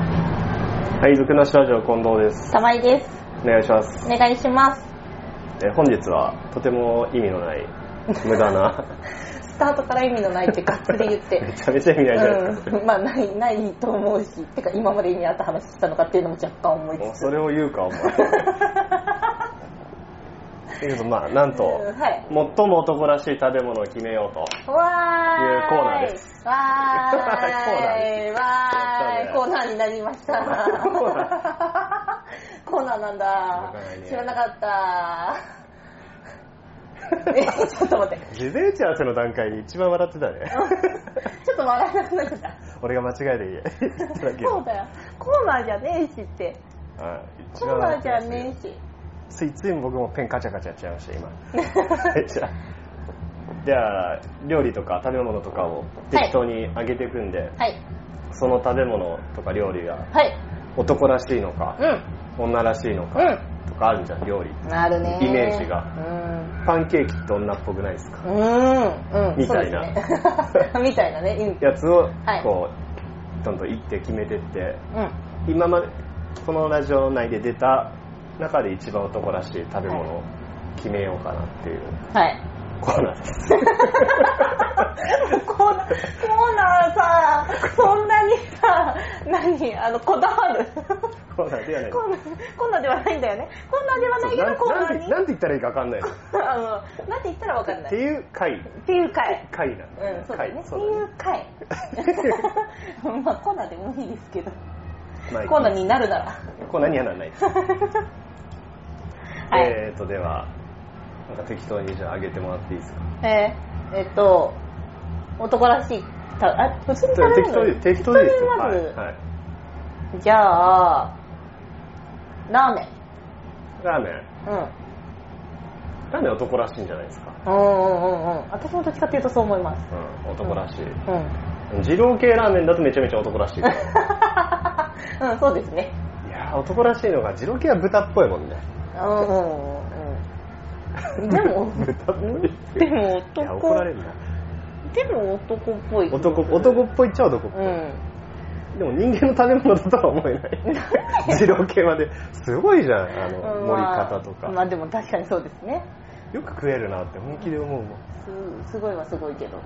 はい、ずくなしラジオ近藤です。玉井です。お願いします。お願いします。え本日はとても意味のない無駄なスタートから意味のないってがっつり言っ めて。ちゃめちゃ意味ないじゃないですか。うん、まあないないと思うしてか今まで意味あった話したのかっていうのも若干思いもうつつそれを言うかお前。ということでまあなんと、うんはい最も男らしい食べ物を決めようと。わーいいうコーナーですわ コーーいナーですわーやったねいコーナーになりましたコーナコーナーなんだ知らないね知らなかった えちょっと待って事前打ち合わせの段階に一番笑ってた ね。ちょっと笑えなくなっちゃった俺が間違いで言え。言 っただけそうだよコーナーじゃねえしってはい一コ番ーナ笑ってまーじゃしたよ ねえしついつい僕もペンカチャカチャやっちゃいました今じゃあじゃあ料理とか食べ物とかを適当にあげていくんで、はいその食べ物とか料理がはい男らしいのかう、女らしいのか、んとかあるじゃん料理うんなるねイメージがうんパンケーキって女っぽくないですかうんうんみたいなそうですね みたいなねうんやつをはいこう、どんどん行って決めてってうん今までこのラジオ内で出た中で一番男らしい食べ物を決めようかなっていうはい コーナーですコーナーコーナーさそんなにさ何あのこだわるコーナーではないコーナーコーナーではないんだよねコーナーではないけなどコーナなんーてになんて言ったらいいか分かんないのあのなんて言ったらわかんなっていいう回っていう回回なんだうん、そうだね。って回いうだね回。まあ、コーナーでもいいですけど、まあいいコーナーになるなら。コーナーにはなら ないですはい。えーとではなんか適当にじゃあ上げてもらっていいですかえーえっと、男らしい、たあ、普通に食べ適当るにの適当にですよまず、はいはいじゃあ、ラーメン。ラーメンうん。ラーメン男らしいんじゃないですかうんうんうんうん。私もどっちかっていうとそう思います。うん男らしいうん。二郎系ラーメンだとめちゃめちゃ男らしいけどうん、そうですね。いやー男らしいのが二郎系は豚っぽいもんね、うんうんうん。でも 豚っぽいでもいや怒られ男、るなでも男っぽい。男男っぽいっちゃ男っぽいうん。でも人間の食べ物だとは思えない。二郎系まで。すごいじゃん、あの、うん盛り方とまあ、まか。あでも確かにそうですねよく食えるなって本気で思うもん。すすごいはすごいけど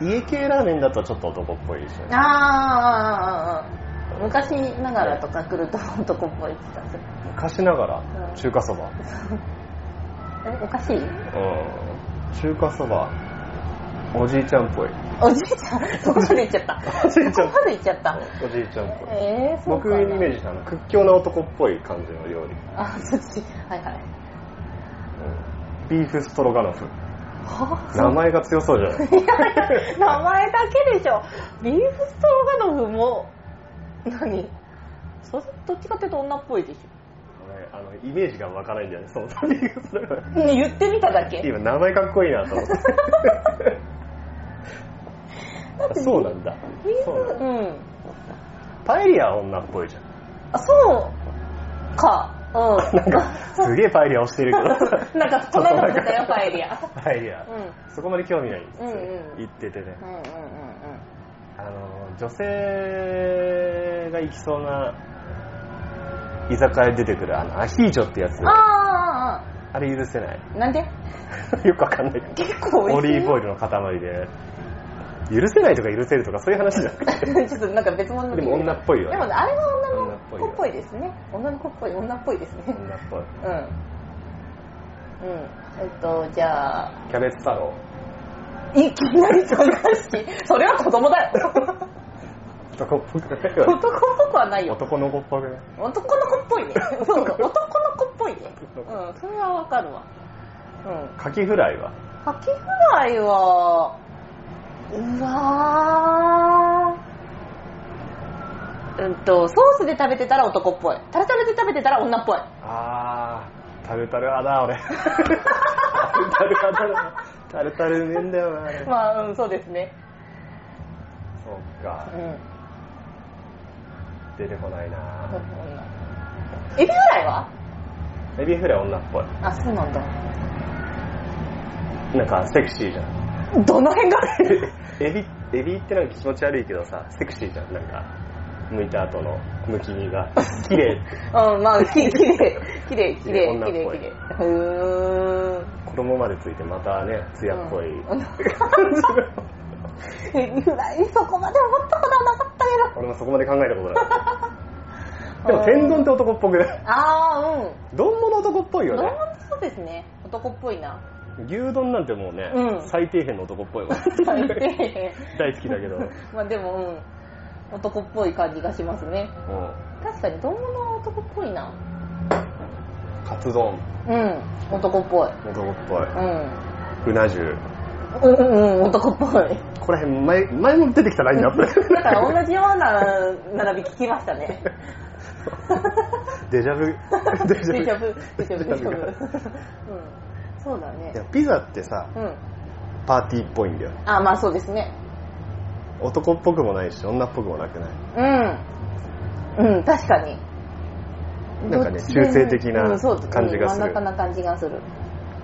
家系ラーメンだとちょっと男っぽいですよね。ああ昔ながらとか来ると男っぽいって言った昔ながうら、ん中華そば。うん。えおかしい中華そば、おじいちゃんっぽい。おじいちゃんそこまで行っちゃったおじいちゃんそこまで行っちゃったおじいちゃんっぽい。えー、そう僕かなイメージしたの、屈強な男っぽい感じの料理。うんあそっちはいはいビーフストロガノフ。は名前が強そうじゃ ないいやいや名前だけでしょビーフストロガノフも何それどっちかっていうと女っぽいでし俺 あの、イメージが湧かないんだよね、そのビーフストロガノフ。ょね言ってみただけ今名前かっこいいなと思ってあ そうなんだビーフそうなんだうんパエリアは女っぽいじゃん あそうか。うん。なん かすげえパエリア押してるけど なんか、この間も出たよ、パエリア。パエリア、うそこまで興味ないんですよ、うんうん言っててねうんうんうんうん。あの女性が行きそうな居酒屋に出てくるあのアヒージョってやつああああれ許せない あ、なんでよくわかんないけど結構オ美味リしいーよブオイルの塊で許せないとか許せるとかそういう話じゃなくて ちょっとなんか別物のでも女っぽいよねでもねあれは女女っのぽい子よっぽいですね。女の子っぽい、女っぽいですね。女っぽいうん。うん。えっと、じゃあ、キャベツ太郎いきなり忙しい。それは子供だよ。男っぽくない男っぽくはないよ。男の子っぽくない男の子っぽいね。そうそう、男の子っぽいね。うん、それはわかるわ。うん。カキフライはカキフライは、うわー。うんと、ソースで食べてたら男っぽい。タルタルで食べてたら女っぽい。あータルタル派だ俺タルタル派だタルタルうめえんだよなあれそまあ、うん、そうですね。っうかん。出てこないな女エビフライはエビフライ女っぽいあ、そうなんだ。なんかセクシーじゃんどの辺がエビエビってなんか気持ち悪いけどさセクシーじゃんなんか剥いた後の剥き身が綺麗 うん、まあ、ききれい、きれい、きれい、女きっれい、ぽいきれい。うーん。衣までついてまたね艶っぽい、うんぐらいそこまで思ったことはなかったけ 俺もそこまで考えたことなかったど。でも天丼って男っぽくないうん。ああ、うん。丼もの男っぽいよどうねもそうですね。男っぽ いな。 牛丼なんてもうね、うん最底辺の男っ ぽいわ最低大好きだけど、うん、まあでも、うん。男っぽい感じがしますね。確かに、どうもの男っぽいな。カツ丼うん。男っぽい。男っぽいうん。うな重うんうん、男っぽ い。これ前前も出てきたラインナップだから同じような並び聞きましたね。 デ ジャブ デジデジャャブブ、デジャブ、デジャブ。デジャブうん。そうだねい。やピザってさうん。パーティーっぽいんだよあ、まあそうですね。男っぽくもないし女っぽくもなくないうん。うん、確かに。なんかねどっちでも中性的なうんそう感じがするうん真ん中な感じがする。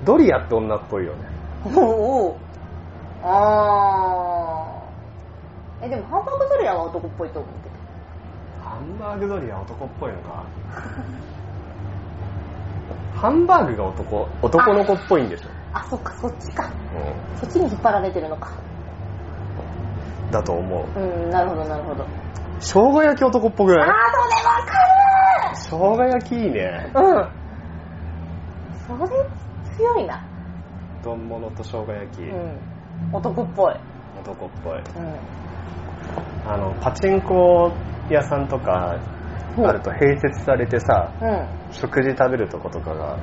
ドリアって女っぽいよねおうおう。あー。え、でもハンバーグドリアは男っぽいと思うけど。ハンバーグドリア男っぽいの かハンバーグが男男の子っぽいんでしょ、あ、そっか、そっちか。そっちに引っ張られてるのか。うんだと思ううん、なるほど、なるほど。生姜焼き男っぽくあー、それないわか生姜焼きいいねるうん。それ強いな。丼物と生姜焼き、うん。男っぽい。男っぽいうん。あのパチンコ屋さんとかあると併設されてさ食事食べるとことかが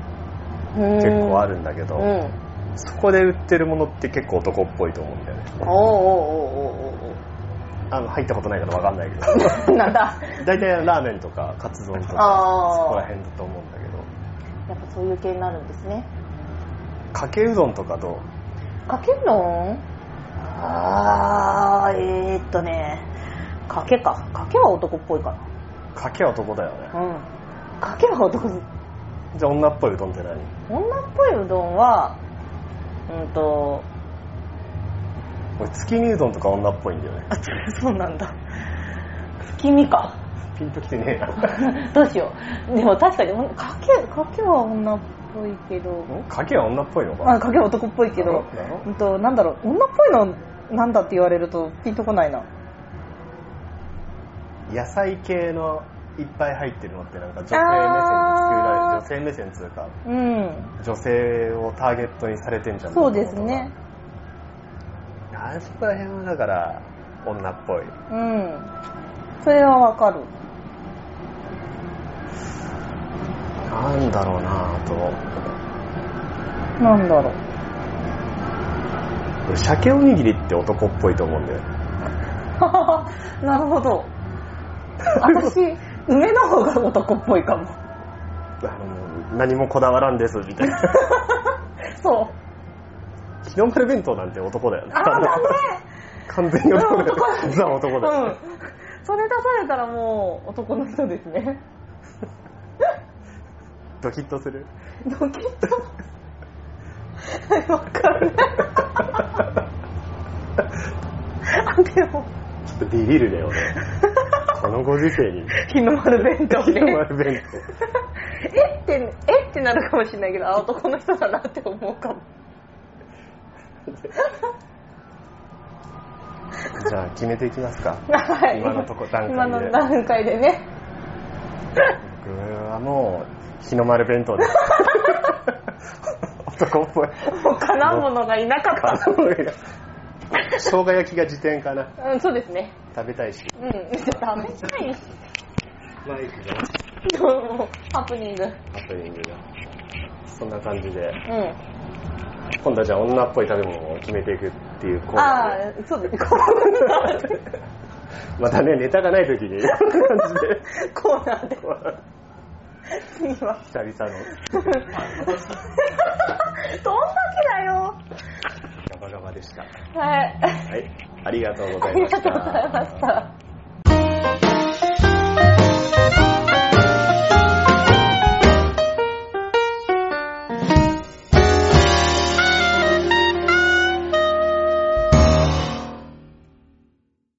うん。結構あるるんだけうど、ん。そこで売ってるものって結構男っぽいと思うんだよねおーおーおーおーおーおー。あの入ったことないから分かんないけど なんだ。大体ラーメンとかカツ丼とかあーそこら辺だと思うんだけどやっぱそういう系になるんですね。かけうどんとかどうかけうどんあー、えー、っとね、かけか。かけは男っぽいかかけは男だよねな。うん。かけは男っぽい。じゃあ女っぽいうどんって何女っぽいうどんは、うんと、俺月見うどんとか女っぽいんだよねあ、そうなんだ。月見か。ピンときてねえな どうしよう。でも確かに、かけ、かけは女っぽいけど、 かけは女っぽいのかあ、かけは男っぽいけど、うんと、なんだろう、女っぽいのなんだって言われるとピンとこないな。野菜系のいっぱい入ってるのってなんか女性目線で作られて女性目線つうかうん。女性をターゲットにされてんじゃんそうですね。あそこら辺はだから女っぽいうん。それはわかる。なんだろうなぁとなんだろう。 俺鮭おにぎりって男っぽいと思うんだよなるほど。私、梅の方が男っぽいかも。あの何もこだわらんですみたいな そう。日の丸弁当なんて男だよねああ、だね。完全 に男だようんザ男だよ、うん。それ出されたらもう男の人ですね。ドキッとす るドキッと。わかんない。あでも、ちょっとビビるだよ ねこのご時世に日の丸弁当日ね。の丸弁当えって、えってなるかもしれないけど、あ、男の人だなって思うかも。じゃあ決めていきますか。はい。今のとこ段階で今の段階でね。僕はもう日の丸弁 当です。男っぽい。もうかなうものがいなかっ生姜焼きが辞典かな。た。うん、そうですね。食べたいし。うん。ダメじゃないマイクがどうもハプニング。うん。ハプニングが。そんな感じで、今度はじゃあ女っぽい食べ物を決めていくっていうコーナあーで。あ、そうです。またね、ネタがない時に、こんな感じで。 コーナーで。次は。久々 のどんだけだよ。ガバガバでした。はい。はい、ありがとうござあいりまがし。とうございましたた。